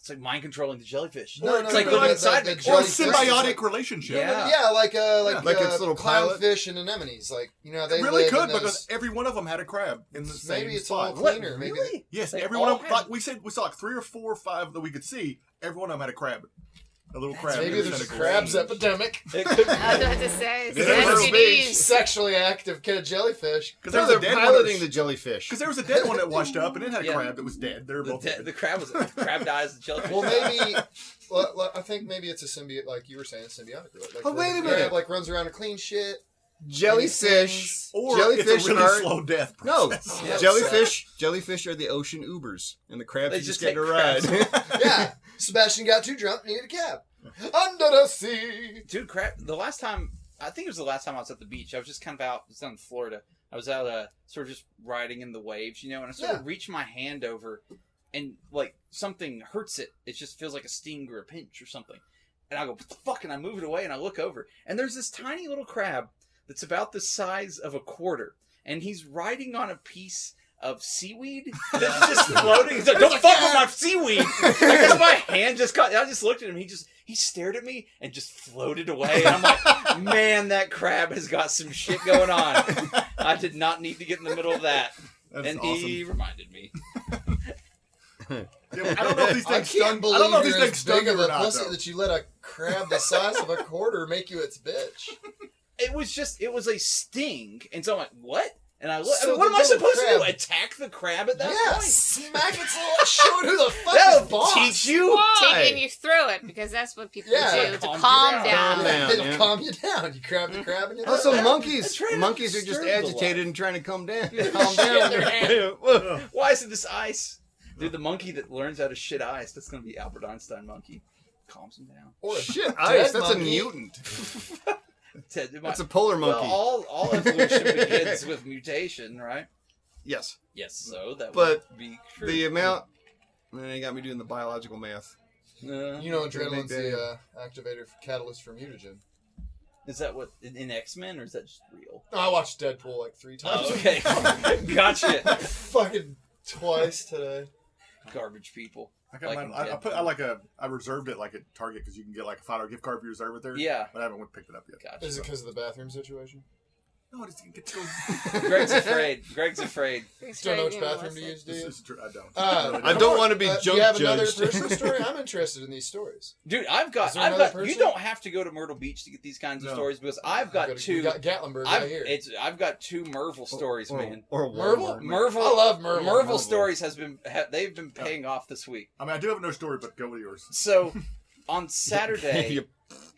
[SPEAKER 1] It's like mind controlling the jellyfish.
[SPEAKER 3] No,
[SPEAKER 1] it's
[SPEAKER 3] no,
[SPEAKER 1] like
[SPEAKER 2] no,
[SPEAKER 1] living
[SPEAKER 2] no,
[SPEAKER 1] inside
[SPEAKER 3] the-
[SPEAKER 1] the,
[SPEAKER 3] the
[SPEAKER 2] or a
[SPEAKER 1] jellyfish.
[SPEAKER 3] jellyfish-
[SPEAKER 2] symbiotic relationship.
[SPEAKER 1] Yeah.
[SPEAKER 3] Yeah, like uh, like,
[SPEAKER 5] Like
[SPEAKER 3] uh,
[SPEAKER 5] its little pilot.
[SPEAKER 3] clownfish and anemones. Like you know, they
[SPEAKER 2] It really
[SPEAKER 3] live in
[SPEAKER 2] could
[SPEAKER 3] those-
[SPEAKER 2] because every one of them had a crab in the same
[SPEAKER 3] Maybe it's
[SPEAKER 2] spot.
[SPEAKER 3] all-
[SPEAKER 1] What?
[SPEAKER 3] cleaner, maybe
[SPEAKER 1] Really?
[SPEAKER 2] Yes,
[SPEAKER 1] They
[SPEAKER 2] every one
[SPEAKER 1] all
[SPEAKER 2] of them,
[SPEAKER 1] had-
[SPEAKER 2] like we said, we saw like three or four or five that we could see. Every one of them had a crab, a little
[SPEAKER 1] That's
[SPEAKER 2] crab.
[SPEAKER 3] maybe
[SPEAKER 2] in the
[SPEAKER 3] there's a
[SPEAKER 2] tentacle.
[SPEAKER 3] crabs epidemic. <laughs>
[SPEAKER 1] It could
[SPEAKER 4] <laughs> I was
[SPEAKER 1] be.
[SPEAKER 4] about to say, it's
[SPEAKER 2] Yeah,
[SPEAKER 5] Myrtle
[SPEAKER 4] STDs.
[SPEAKER 3] Sexually active kid jellyfish.
[SPEAKER 2] 'Cause there
[SPEAKER 5] so
[SPEAKER 2] was a
[SPEAKER 5] they're
[SPEAKER 2] dead one that
[SPEAKER 5] piloting
[SPEAKER 2] was-
[SPEAKER 5] the jellyfish.
[SPEAKER 2] 'cause there was a dead one that washed up, and it had a
[SPEAKER 1] Yeah.
[SPEAKER 2] crab that was dead. They're
[SPEAKER 1] The,
[SPEAKER 2] both
[SPEAKER 1] de-
[SPEAKER 2] dead.
[SPEAKER 1] the crab was crab dies. The jellyfish.
[SPEAKER 3] Well, maybe.
[SPEAKER 5] <laughs>
[SPEAKER 3] well, well, I think maybe it's a symbiote, like you were saying, symbiotic. Like,
[SPEAKER 5] Oh, wait
[SPEAKER 3] the
[SPEAKER 5] a minute.
[SPEAKER 3] Crab, like runs around and clean shit.
[SPEAKER 5] <laughs> jellyfish.
[SPEAKER 2] Or
[SPEAKER 5] jellyfish
[SPEAKER 2] it's a really
[SPEAKER 5] are
[SPEAKER 2] slow death.
[SPEAKER 5] no
[SPEAKER 1] Yeah.
[SPEAKER 5] jellyfish. Jellyfish are the ocean Ubers, and the crabs
[SPEAKER 1] They
[SPEAKER 5] you
[SPEAKER 1] just
[SPEAKER 5] just, get to ride.
[SPEAKER 1] take
[SPEAKER 3] Yeah, Sebastian got too drunk, needed a cab. Under the sea.
[SPEAKER 1] dude, crap. The last time, I think it was the last time I was at the beach. I was just kind of out. It's in Florida. I was out, uh, sort of just riding in the waves, you know. And I sort of reached my hand over, and like something hurts it. It just feels like a sting or a pinch or something. And I go, what the fuck? And I move it away, and I look over, and there's this tiny little crab that's about the size of a quarter, and he's riding on a piece of seaweed
[SPEAKER 3] Yeah.
[SPEAKER 1] that's just floating. He's like, "Don't fuck with my seaweed." Like, that's my hand just caught. I just looked at him. He just he stared at me and just floated away. And I'm
[SPEAKER 3] <laughs>
[SPEAKER 1] like, "Man, that crab has got some shit going on." I did not need to get in the middle of that,
[SPEAKER 2] That's
[SPEAKER 1] and
[SPEAKER 2] awesome.
[SPEAKER 1] he reminded me.
[SPEAKER 2] <laughs> Yeah, I don't know if these
[SPEAKER 3] I
[SPEAKER 2] things
[SPEAKER 3] can't
[SPEAKER 2] stung.
[SPEAKER 3] believe
[SPEAKER 2] I don't know if these
[SPEAKER 3] you're
[SPEAKER 2] things
[SPEAKER 3] as
[SPEAKER 2] stung
[SPEAKER 3] big
[SPEAKER 2] you
[SPEAKER 3] of
[SPEAKER 2] or
[SPEAKER 3] a
[SPEAKER 2] not.
[SPEAKER 3] pussy
[SPEAKER 2] Though.
[SPEAKER 3] that you let a crab the size of a quarter make you its bitch.
[SPEAKER 1] It was just it was a sting, and so I'm like, "What?" And I look. I
[SPEAKER 3] So
[SPEAKER 1] mean, what
[SPEAKER 3] the
[SPEAKER 1] am I
[SPEAKER 3] little
[SPEAKER 1] supposed to do?
[SPEAKER 3] crab-
[SPEAKER 1] Attack the crab at that
[SPEAKER 3] yeah,
[SPEAKER 1] point?
[SPEAKER 3] smack its little. Show it who the fuck is
[SPEAKER 1] That'll
[SPEAKER 3] boss.
[SPEAKER 1] teach
[SPEAKER 3] <laughs>
[SPEAKER 1] you.
[SPEAKER 4] Taking you through it because that's what people
[SPEAKER 3] Yeah.
[SPEAKER 4] do to
[SPEAKER 1] Calm
[SPEAKER 4] calm,
[SPEAKER 1] down.
[SPEAKER 4] down.
[SPEAKER 5] Calm down.
[SPEAKER 3] It'll
[SPEAKER 5] yeah.
[SPEAKER 3] calm you down. You grab the crab and you.
[SPEAKER 5] <laughs>
[SPEAKER 1] <laughs>
[SPEAKER 5] Also,
[SPEAKER 1] Yeah, I'm
[SPEAKER 5] monkeys.
[SPEAKER 1] trying to
[SPEAKER 5] Monkeys are just
[SPEAKER 1] disturb the
[SPEAKER 5] agitated
[SPEAKER 1] life.
[SPEAKER 5] and trying to
[SPEAKER 1] <laughs>
[SPEAKER 5] calm down. <laughs>
[SPEAKER 1] Yeah.
[SPEAKER 5] Calm down.
[SPEAKER 1] Shit,
[SPEAKER 5] <laughs> Yeah.
[SPEAKER 2] Ugh.
[SPEAKER 1] Why is it this ice? Dude, the monkey that learns how to shit ice, that's going to be Albert Einstein monkey. Calms him down.
[SPEAKER 3] or a
[SPEAKER 5] Shit,
[SPEAKER 3] dead
[SPEAKER 5] ice. That's a
[SPEAKER 3] monkey.
[SPEAKER 5] mutant.
[SPEAKER 1] Ted, it might-
[SPEAKER 5] That's a polar
[SPEAKER 1] well,
[SPEAKER 5] monkey.
[SPEAKER 1] all, all <laughs> evolution begins with mutation, right?
[SPEAKER 5] Yes.
[SPEAKER 1] Yes, so that
[SPEAKER 5] But
[SPEAKER 1] would be true.
[SPEAKER 5] The amount. Man, they got me doing the biological math.
[SPEAKER 1] Uh,
[SPEAKER 3] You know,
[SPEAKER 5] Gonna make
[SPEAKER 3] adrenaline's the uh, activator for catalyst for mutagen.
[SPEAKER 1] is that what, in, in X-Men, or is that just real?
[SPEAKER 3] No, I watched Deadpool like three times.
[SPEAKER 1] Oh, <laughs>
[SPEAKER 3] <laughs>
[SPEAKER 1] okay. gotcha.
[SPEAKER 3] Fucking twice today.
[SPEAKER 1] Garbage people.
[SPEAKER 2] I got
[SPEAKER 1] Like
[SPEAKER 2] mine.
[SPEAKER 1] in
[SPEAKER 2] I, I put. I
[SPEAKER 1] Deadpool.
[SPEAKER 2] like a. I reserved it like at Target because you can get like a five dollar gift card if you reserve it there.
[SPEAKER 1] Yeah,
[SPEAKER 2] But I haven't picked it up yet.
[SPEAKER 1] gotcha.
[SPEAKER 3] Is it because of the bathroom situation?
[SPEAKER 2] No, I just didn't get to. <laughs>
[SPEAKER 3] <laughs>
[SPEAKER 1] Greg's afraid. Greg's afraid.
[SPEAKER 4] It's
[SPEAKER 3] Don't know
[SPEAKER 4] very
[SPEAKER 3] which bathroom to
[SPEAKER 4] realistic.
[SPEAKER 3] use, do
[SPEAKER 2] This
[SPEAKER 3] you?
[SPEAKER 2] is true. I don't.
[SPEAKER 3] Uh,
[SPEAKER 2] Really
[SPEAKER 5] I
[SPEAKER 2] don't.
[SPEAKER 5] don't want to be
[SPEAKER 3] Uh, do
[SPEAKER 5] junk
[SPEAKER 3] you have another
[SPEAKER 1] <laughs>
[SPEAKER 5] judged. <laughs>
[SPEAKER 3] personal story? I'm interested in these stories.
[SPEAKER 1] Dude, I've
[SPEAKER 3] Is
[SPEAKER 1] got,
[SPEAKER 3] there
[SPEAKER 1] I've
[SPEAKER 3] another
[SPEAKER 1] got. You
[SPEAKER 3] person?
[SPEAKER 1] don't have to go to Myrtle Beach to get these kinds of
[SPEAKER 2] No.
[SPEAKER 1] stories because I've
[SPEAKER 3] We
[SPEAKER 1] got
[SPEAKER 3] got
[SPEAKER 1] two.
[SPEAKER 3] We got Gatlinburg
[SPEAKER 1] I've,
[SPEAKER 3] right here.
[SPEAKER 1] it's, I've got two Mervil stories,
[SPEAKER 5] or,
[SPEAKER 1] man.
[SPEAKER 5] Or
[SPEAKER 3] Mervil?
[SPEAKER 5] Walmart. <laughs>
[SPEAKER 1] Mervil,
[SPEAKER 3] I love Mervil.
[SPEAKER 1] Mervil
[SPEAKER 3] Mervil.
[SPEAKER 1] stories has been ha, they've been paying off this week.
[SPEAKER 2] I mean, I do have another story, but go with yours.
[SPEAKER 3] <laughs>
[SPEAKER 1] So on Saturday,
[SPEAKER 5] You-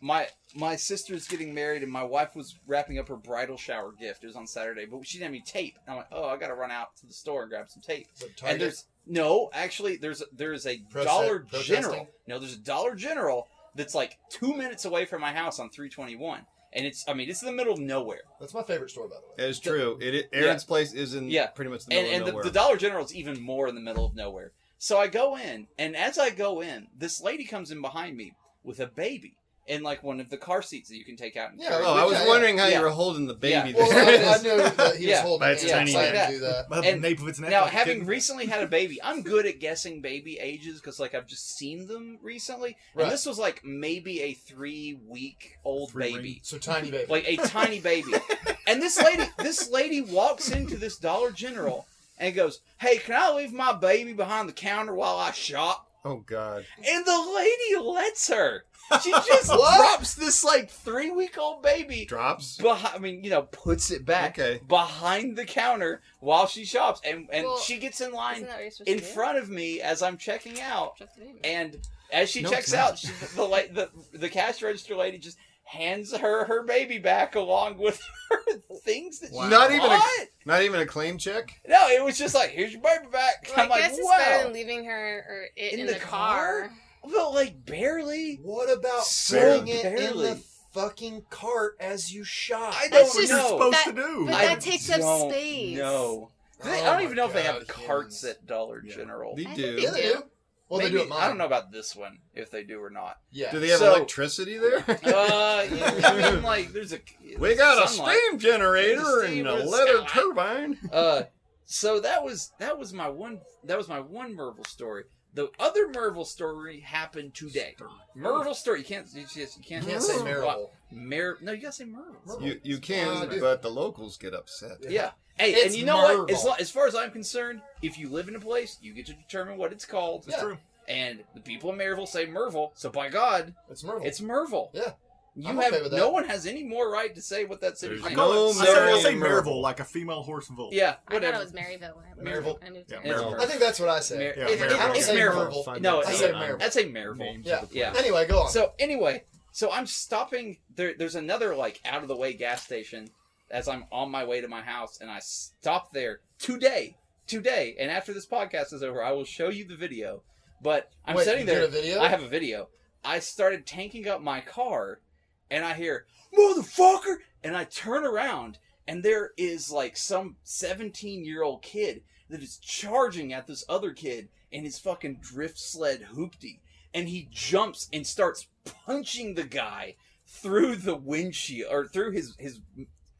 [SPEAKER 1] my my sister's getting married, and my wife was wrapping up her bridal shower gift. It was on Saturday, but she didn't have any tape. And I'm like, oh, I got to run out to the store and grab some tape.
[SPEAKER 3] Is it
[SPEAKER 1] And
[SPEAKER 3] Target?
[SPEAKER 1] there's no, actually, there's there's a
[SPEAKER 3] Protest-
[SPEAKER 1] Dollar
[SPEAKER 3] protesting?
[SPEAKER 1] General. No, there's a Dollar General that's like two minutes away from my house on 321, and it's I mean it's in the middle of nowhere.
[SPEAKER 3] That's my favorite store, by the way.
[SPEAKER 5] That is true. It, it- Aaron's place is in
[SPEAKER 1] Yeah.
[SPEAKER 5] pretty much the
[SPEAKER 1] and
[SPEAKER 5] middle
[SPEAKER 1] and
[SPEAKER 5] of
[SPEAKER 1] the,
[SPEAKER 5] nowhere.
[SPEAKER 1] the Dollar General is even more in the middle of nowhere. So I go in, and as I go in, this lady comes in behind me with a baby in like one of the car seats that you can take out. And
[SPEAKER 3] Yeah,
[SPEAKER 1] carry.
[SPEAKER 5] oh, I was
[SPEAKER 3] Yeah, yeah.
[SPEAKER 5] wondering how
[SPEAKER 1] Yeah.
[SPEAKER 5] you were holding the baby
[SPEAKER 1] Yeah.
[SPEAKER 3] Well,
[SPEAKER 5] there. <laughs>
[SPEAKER 3] I, I knew that he was
[SPEAKER 1] Yeah.
[SPEAKER 3] holding
[SPEAKER 5] But it's
[SPEAKER 3] hands,
[SPEAKER 1] tiny
[SPEAKER 3] so I
[SPEAKER 1] neck.
[SPEAKER 3] didn't do that.
[SPEAKER 2] Well,
[SPEAKER 1] And
[SPEAKER 2] nape of its neck.
[SPEAKER 1] now
[SPEAKER 2] like a
[SPEAKER 1] having
[SPEAKER 2] kitten.
[SPEAKER 1] recently had a
[SPEAKER 3] <laughs>
[SPEAKER 1] baby, I'm good at guessing baby ages because like I've just seen them recently,
[SPEAKER 3] Right.
[SPEAKER 1] and this was like maybe a three week old
[SPEAKER 2] Three
[SPEAKER 1] baby.
[SPEAKER 2] weeks.
[SPEAKER 3] So tiny baby.
[SPEAKER 1] like a tiny baby. And this lady, this lady walks into this Dollar General and goes, "Hey, can I leave my baby behind the counter while I shop?"
[SPEAKER 5] oh God.
[SPEAKER 1] And the lady lets her.
[SPEAKER 3] <laughs>
[SPEAKER 1] She just
[SPEAKER 3] What?
[SPEAKER 1] drops this like three week old baby.
[SPEAKER 5] Drops.
[SPEAKER 1] Behind, I mean, you know, puts it back
[SPEAKER 5] Okay.
[SPEAKER 1] behind the counter while she shops, and and
[SPEAKER 4] Well,
[SPEAKER 1] she gets in
[SPEAKER 4] Isn't
[SPEAKER 1] line
[SPEAKER 4] that what you're supposed
[SPEAKER 1] in
[SPEAKER 4] to do?
[SPEAKER 1] front of me as I'm checking out,
[SPEAKER 4] Drop the baby.
[SPEAKER 1] and as she
[SPEAKER 5] No,
[SPEAKER 1] checks
[SPEAKER 5] it's not.
[SPEAKER 1] out, she, the, la- the the cash register lady just hands her her baby back along with her
[SPEAKER 4] <laughs>
[SPEAKER 1] things that
[SPEAKER 5] Wow.
[SPEAKER 1] she
[SPEAKER 5] Not even a-
[SPEAKER 1] bought.
[SPEAKER 5] Not even a claim check.
[SPEAKER 1] no, it was just like here's your baby back.
[SPEAKER 4] Well,
[SPEAKER 1] I'm
[SPEAKER 4] I
[SPEAKER 1] like,
[SPEAKER 4] guess it's better
[SPEAKER 1] wow,
[SPEAKER 4] than leaving her or it
[SPEAKER 1] In
[SPEAKER 4] in,
[SPEAKER 1] the
[SPEAKER 4] the,
[SPEAKER 1] car?
[SPEAKER 4] car.
[SPEAKER 1] but like barely.
[SPEAKER 3] what about
[SPEAKER 1] So
[SPEAKER 3] putting it in
[SPEAKER 1] barely.
[SPEAKER 3] the fucking cart as you shop?
[SPEAKER 1] I
[SPEAKER 4] That's
[SPEAKER 1] don't
[SPEAKER 4] just-
[SPEAKER 2] You're
[SPEAKER 1] know.
[SPEAKER 2] supposed
[SPEAKER 4] That-
[SPEAKER 2] to do.
[SPEAKER 4] but
[SPEAKER 1] I
[SPEAKER 4] that takes up
[SPEAKER 1] don't
[SPEAKER 4] space.
[SPEAKER 1] know. They- I
[SPEAKER 3] Oh
[SPEAKER 1] don't
[SPEAKER 3] my
[SPEAKER 1] even know if they have
[SPEAKER 3] God,
[SPEAKER 1] carts
[SPEAKER 3] humans.
[SPEAKER 1] at Dollar
[SPEAKER 2] Yeah.
[SPEAKER 1] General.
[SPEAKER 5] They
[SPEAKER 4] I
[SPEAKER 5] do.
[SPEAKER 4] think
[SPEAKER 3] Yeah, they do. Well,
[SPEAKER 1] Maybe,
[SPEAKER 3] they do it mine.
[SPEAKER 1] I don't know about this one if they do or not.
[SPEAKER 3] Yeah.
[SPEAKER 5] Do they have
[SPEAKER 1] So-
[SPEAKER 5] electricity there?
[SPEAKER 1] Uh, yeah, I
[SPEAKER 5] <laughs>
[SPEAKER 1] mean, like there's a
[SPEAKER 5] we got
[SPEAKER 1] sunlight.
[SPEAKER 5] a steam generator
[SPEAKER 1] Steam
[SPEAKER 5] and a
[SPEAKER 1] with a
[SPEAKER 5] leather
[SPEAKER 1] skylight.
[SPEAKER 5] turbine.
[SPEAKER 1] Uh, so that was that was my one that was my one Mervil story. The other Mervil story happened today. Mervil story. You can't you just- you
[SPEAKER 3] You
[SPEAKER 1] can't,
[SPEAKER 3] can't say
[SPEAKER 5] Ooh.
[SPEAKER 3] Marable.
[SPEAKER 1] Mer- no, you gotta say Mervil.
[SPEAKER 3] Mervil.
[SPEAKER 5] You you can,
[SPEAKER 3] Uh, dude.
[SPEAKER 5] but the locals get upset.
[SPEAKER 1] Yeah.
[SPEAKER 3] Yeah.
[SPEAKER 1] Hey,
[SPEAKER 3] It's
[SPEAKER 1] and you know what?
[SPEAKER 3] Mervil.
[SPEAKER 1] As, lo- as far as I'm concerned, if you live in a place, you get to determine what it's called.
[SPEAKER 2] That's
[SPEAKER 3] Yeah.
[SPEAKER 2] true.
[SPEAKER 1] And the people in Merville say Mervil, so by God,
[SPEAKER 3] It's Marble.
[SPEAKER 1] it's Mervil.
[SPEAKER 3] Yeah.
[SPEAKER 1] You
[SPEAKER 3] I'm
[SPEAKER 1] have
[SPEAKER 3] okay with that.
[SPEAKER 1] no one has any more right to say what that city's
[SPEAKER 5] There's
[SPEAKER 1] name.
[SPEAKER 5] no-
[SPEAKER 1] is.
[SPEAKER 2] I say, I say
[SPEAKER 5] Marion
[SPEAKER 2] Marvel
[SPEAKER 5] Marvel.
[SPEAKER 2] like a female horse bull.
[SPEAKER 1] Yeah,
[SPEAKER 4] I thought
[SPEAKER 1] whatever.
[SPEAKER 4] it was Maryville. when I lived-
[SPEAKER 3] Maryville?
[SPEAKER 4] I moved
[SPEAKER 2] Yeah,
[SPEAKER 4] there.
[SPEAKER 5] Maryville.
[SPEAKER 3] I think that's what I say.
[SPEAKER 1] Mer-
[SPEAKER 2] Yeah,
[SPEAKER 1] it- it-
[SPEAKER 3] Merville.
[SPEAKER 1] it's
[SPEAKER 3] I don't say
[SPEAKER 1] Mervil.
[SPEAKER 3] Mervil.
[SPEAKER 5] Find
[SPEAKER 1] No,
[SPEAKER 5] out
[SPEAKER 1] I
[SPEAKER 5] the
[SPEAKER 1] say
[SPEAKER 5] name.
[SPEAKER 3] Mervil.
[SPEAKER 1] I'd say Merville.
[SPEAKER 5] Names
[SPEAKER 3] Yeah.
[SPEAKER 5] of the
[SPEAKER 1] Yeah.
[SPEAKER 5] place.
[SPEAKER 3] Anyway, go on.
[SPEAKER 1] So anyway, so I'm stopping there. There's another like out of the way gas station as I'm on my way to my house, and I stop there today, today. And after this podcast is over, I will show you the video. But I'm
[SPEAKER 3] Wait,
[SPEAKER 1] sitting
[SPEAKER 3] you did
[SPEAKER 1] there.
[SPEAKER 3] a video?
[SPEAKER 1] I have a video. I started tanking up my car, and I hear motherfucker, and I turn around, and there is like some 17 year old kid that is charging at this other kid in his fucking drift sled hoopty and he jumps and starts punching the guy through the windshield or through his his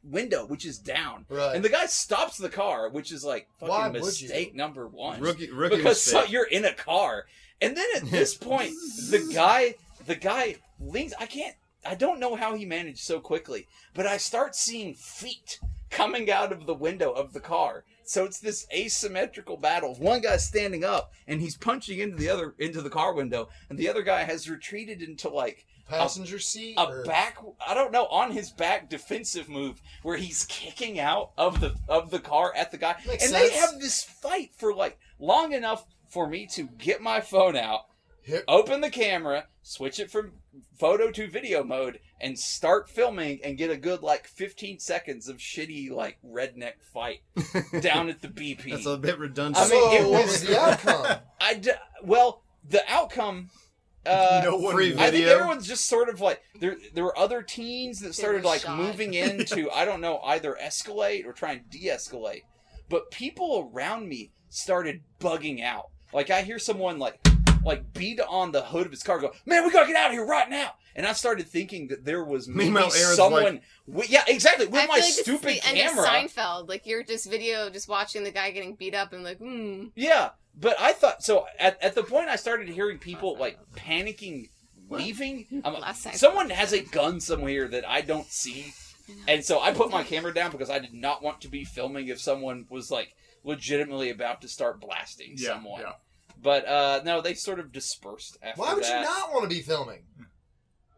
[SPEAKER 1] window, which is down.
[SPEAKER 3] Right.
[SPEAKER 1] And the guy stops the car, which is like fucking
[SPEAKER 3] Why would
[SPEAKER 1] mistake number one.
[SPEAKER 5] Rookie, rookie
[SPEAKER 1] because so,
[SPEAKER 5] mistake.
[SPEAKER 1] you're in a car, and then at this point, the guy, the guy leans. I can't. I don't know how he managed so quickly, but I start seeing feet coming out of the window of the car. So it's this asymmetrical battle. One guy's standing up and he's punching into the other into the car window, and the other guy has retreated into like
[SPEAKER 3] passenger seat.
[SPEAKER 1] a
[SPEAKER 3] or-
[SPEAKER 1] back I don't know on his back defensive move where he's kicking out of the of the car at the guy
[SPEAKER 3] Makes
[SPEAKER 1] and they
[SPEAKER 3] sense.
[SPEAKER 1] have this fight for like long enough for me to get my phone out
[SPEAKER 3] Hit-
[SPEAKER 1] open the camera switch it from photo to video mode and start filming and get a good like 15 seconds of shitty like redneck fight down at the BP
[SPEAKER 5] That's a bit redundant.
[SPEAKER 1] I mean,
[SPEAKER 3] so
[SPEAKER 1] it
[SPEAKER 3] what
[SPEAKER 1] was- <laughs>
[SPEAKER 3] was the outcome?
[SPEAKER 1] I d- well the outcome uh
[SPEAKER 2] no one
[SPEAKER 5] free
[SPEAKER 2] would.
[SPEAKER 1] I think
[SPEAKER 5] video.
[SPEAKER 1] everyone's just sort of like there. There were other teens that started
[SPEAKER 4] were
[SPEAKER 1] like
[SPEAKER 4] shy. <laughs>
[SPEAKER 1] moving into I don't know either escalate or try and de-escalate, but people around me started bugging out. Like I hear someone like like beat on the hood of his car, go, "Man, we gotta get out of here right now!" And I started thinking that there was maybe
[SPEAKER 5] Meanwhile, Aaron's
[SPEAKER 1] someone. wi- yeah, exactly. With
[SPEAKER 4] I
[SPEAKER 1] my
[SPEAKER 4] feel like
[SPEAKER 1] stupid
[SPEAKER 4] this is the
[SPEAKER 1] camera.
[SPEAKER 4] end of Seinfeld. Like you're just video, just watching the guy getting beat up and like, hmm.
[SPEAKER 1] Yeah, but I thought so. At, at the point I started hearing people like panicking, leaving. I'm like,
[SPEAKER 4] Last time.
[SPEAKER 1] someone has a gun somewhere that I don't see, and so I put my camera down because I did not want to be filming if someone was like legitimately about to start blasting
[SPEAKER 2] Yeah,
[SPEAKER 1] someone.
[SPEAKER 2] yeah.
[SPEAKER 1] But uh, no, they sort of dispersed after
[SPEAKER 3] Why would
[SPEAKER 1] that
[SPEAKER 3] you not want to be filming?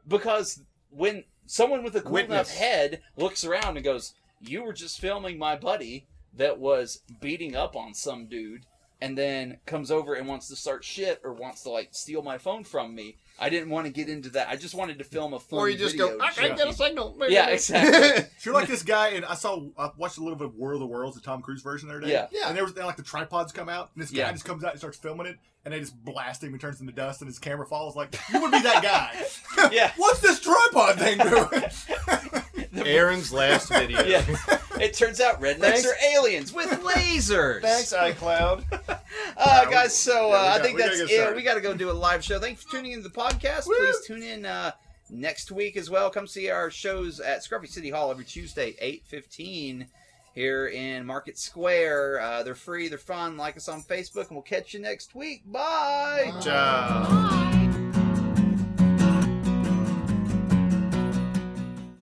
[SPEAKER 1] because when someone with a cool enough
[SPEAKER 2] Witness.
[SPEAKER 1] head looks around and goes, "You were just filming my buddy that was beating up on some dude," and then comes over and wants to start shit or wants to like steal my phone from me. I didn't want to get into that. I just wanted to film a fun
[SPEAKER 5] or you just
[SPEAKER 1] video
[SPEAKER 5] go,
[SPEAKER 1] to
[SPEAKER 5] I
[SPEAKER 1] show
[SPEAKER 5] can't get a
[SPEAKER 1] people."
[SPEAKER 5] signal.
[SPEAKER 6] <laughs>
[SPEAKER 1] Yeah, exactly.
[SPEAKER 2] Sure, like this guy, and I saw, I watched a little bit of War of the Worlds, the Tom Cruise version the other day.
[SPEAKER 1] Yeah.
[SPEAKER 3] Yeah.
[SPEAKER 2] And there was and, like the tripods come out, and this guy
[SPEAKER 1] Yeah.
[SPEAKER 2] just comes out and starts filming it, and they just blast him and turns into dust, and his camera falls. Like you would be that guy.
[SPEAKER 1] <laughs> Yeah.
[SPEAKER 2] What's this tripod thing doing?
[SPEAKER 5] Aaron's last
[SPEAKER 1] <laughs>
[SPEAKER 5] video.
[SPEAKER 1] yeah. It turns out rednecks
[SPEAKER 6] Thanks.
[SPEAKER 1] are aliens
[SPEAKER 6] <laughs>
[SPEAKER 1] with lasers.
[SPEAKER 6] Thanks, iCloud.
[SPEAKER 1] Uh, guys, so uh,
[SPEAKER 2] Yeah, we
[SPEAKER 1] I
[SPEAKER 2] got-
[SPEAKER 1] think
[SPEAKER 2] we gotta
[SPEAKER 1] that's
[SPEAKER 2] get
[SPEAKER 1] it.
[SPEAKER 2] started.
[SPEAKER 1] We got to go do a live show. Thanks for tuning in to the podcast. Please tune in uh, next week as well. Come see our shows at Scruffy City Hall every Tuesday, 8.15 here in Market Square. Uh, they're free. They're fun. Like us on Facebook, and we'll catch you next week. Bye.
[SPEAKER 5] Ciao.
[SPEAKER 4] Hi.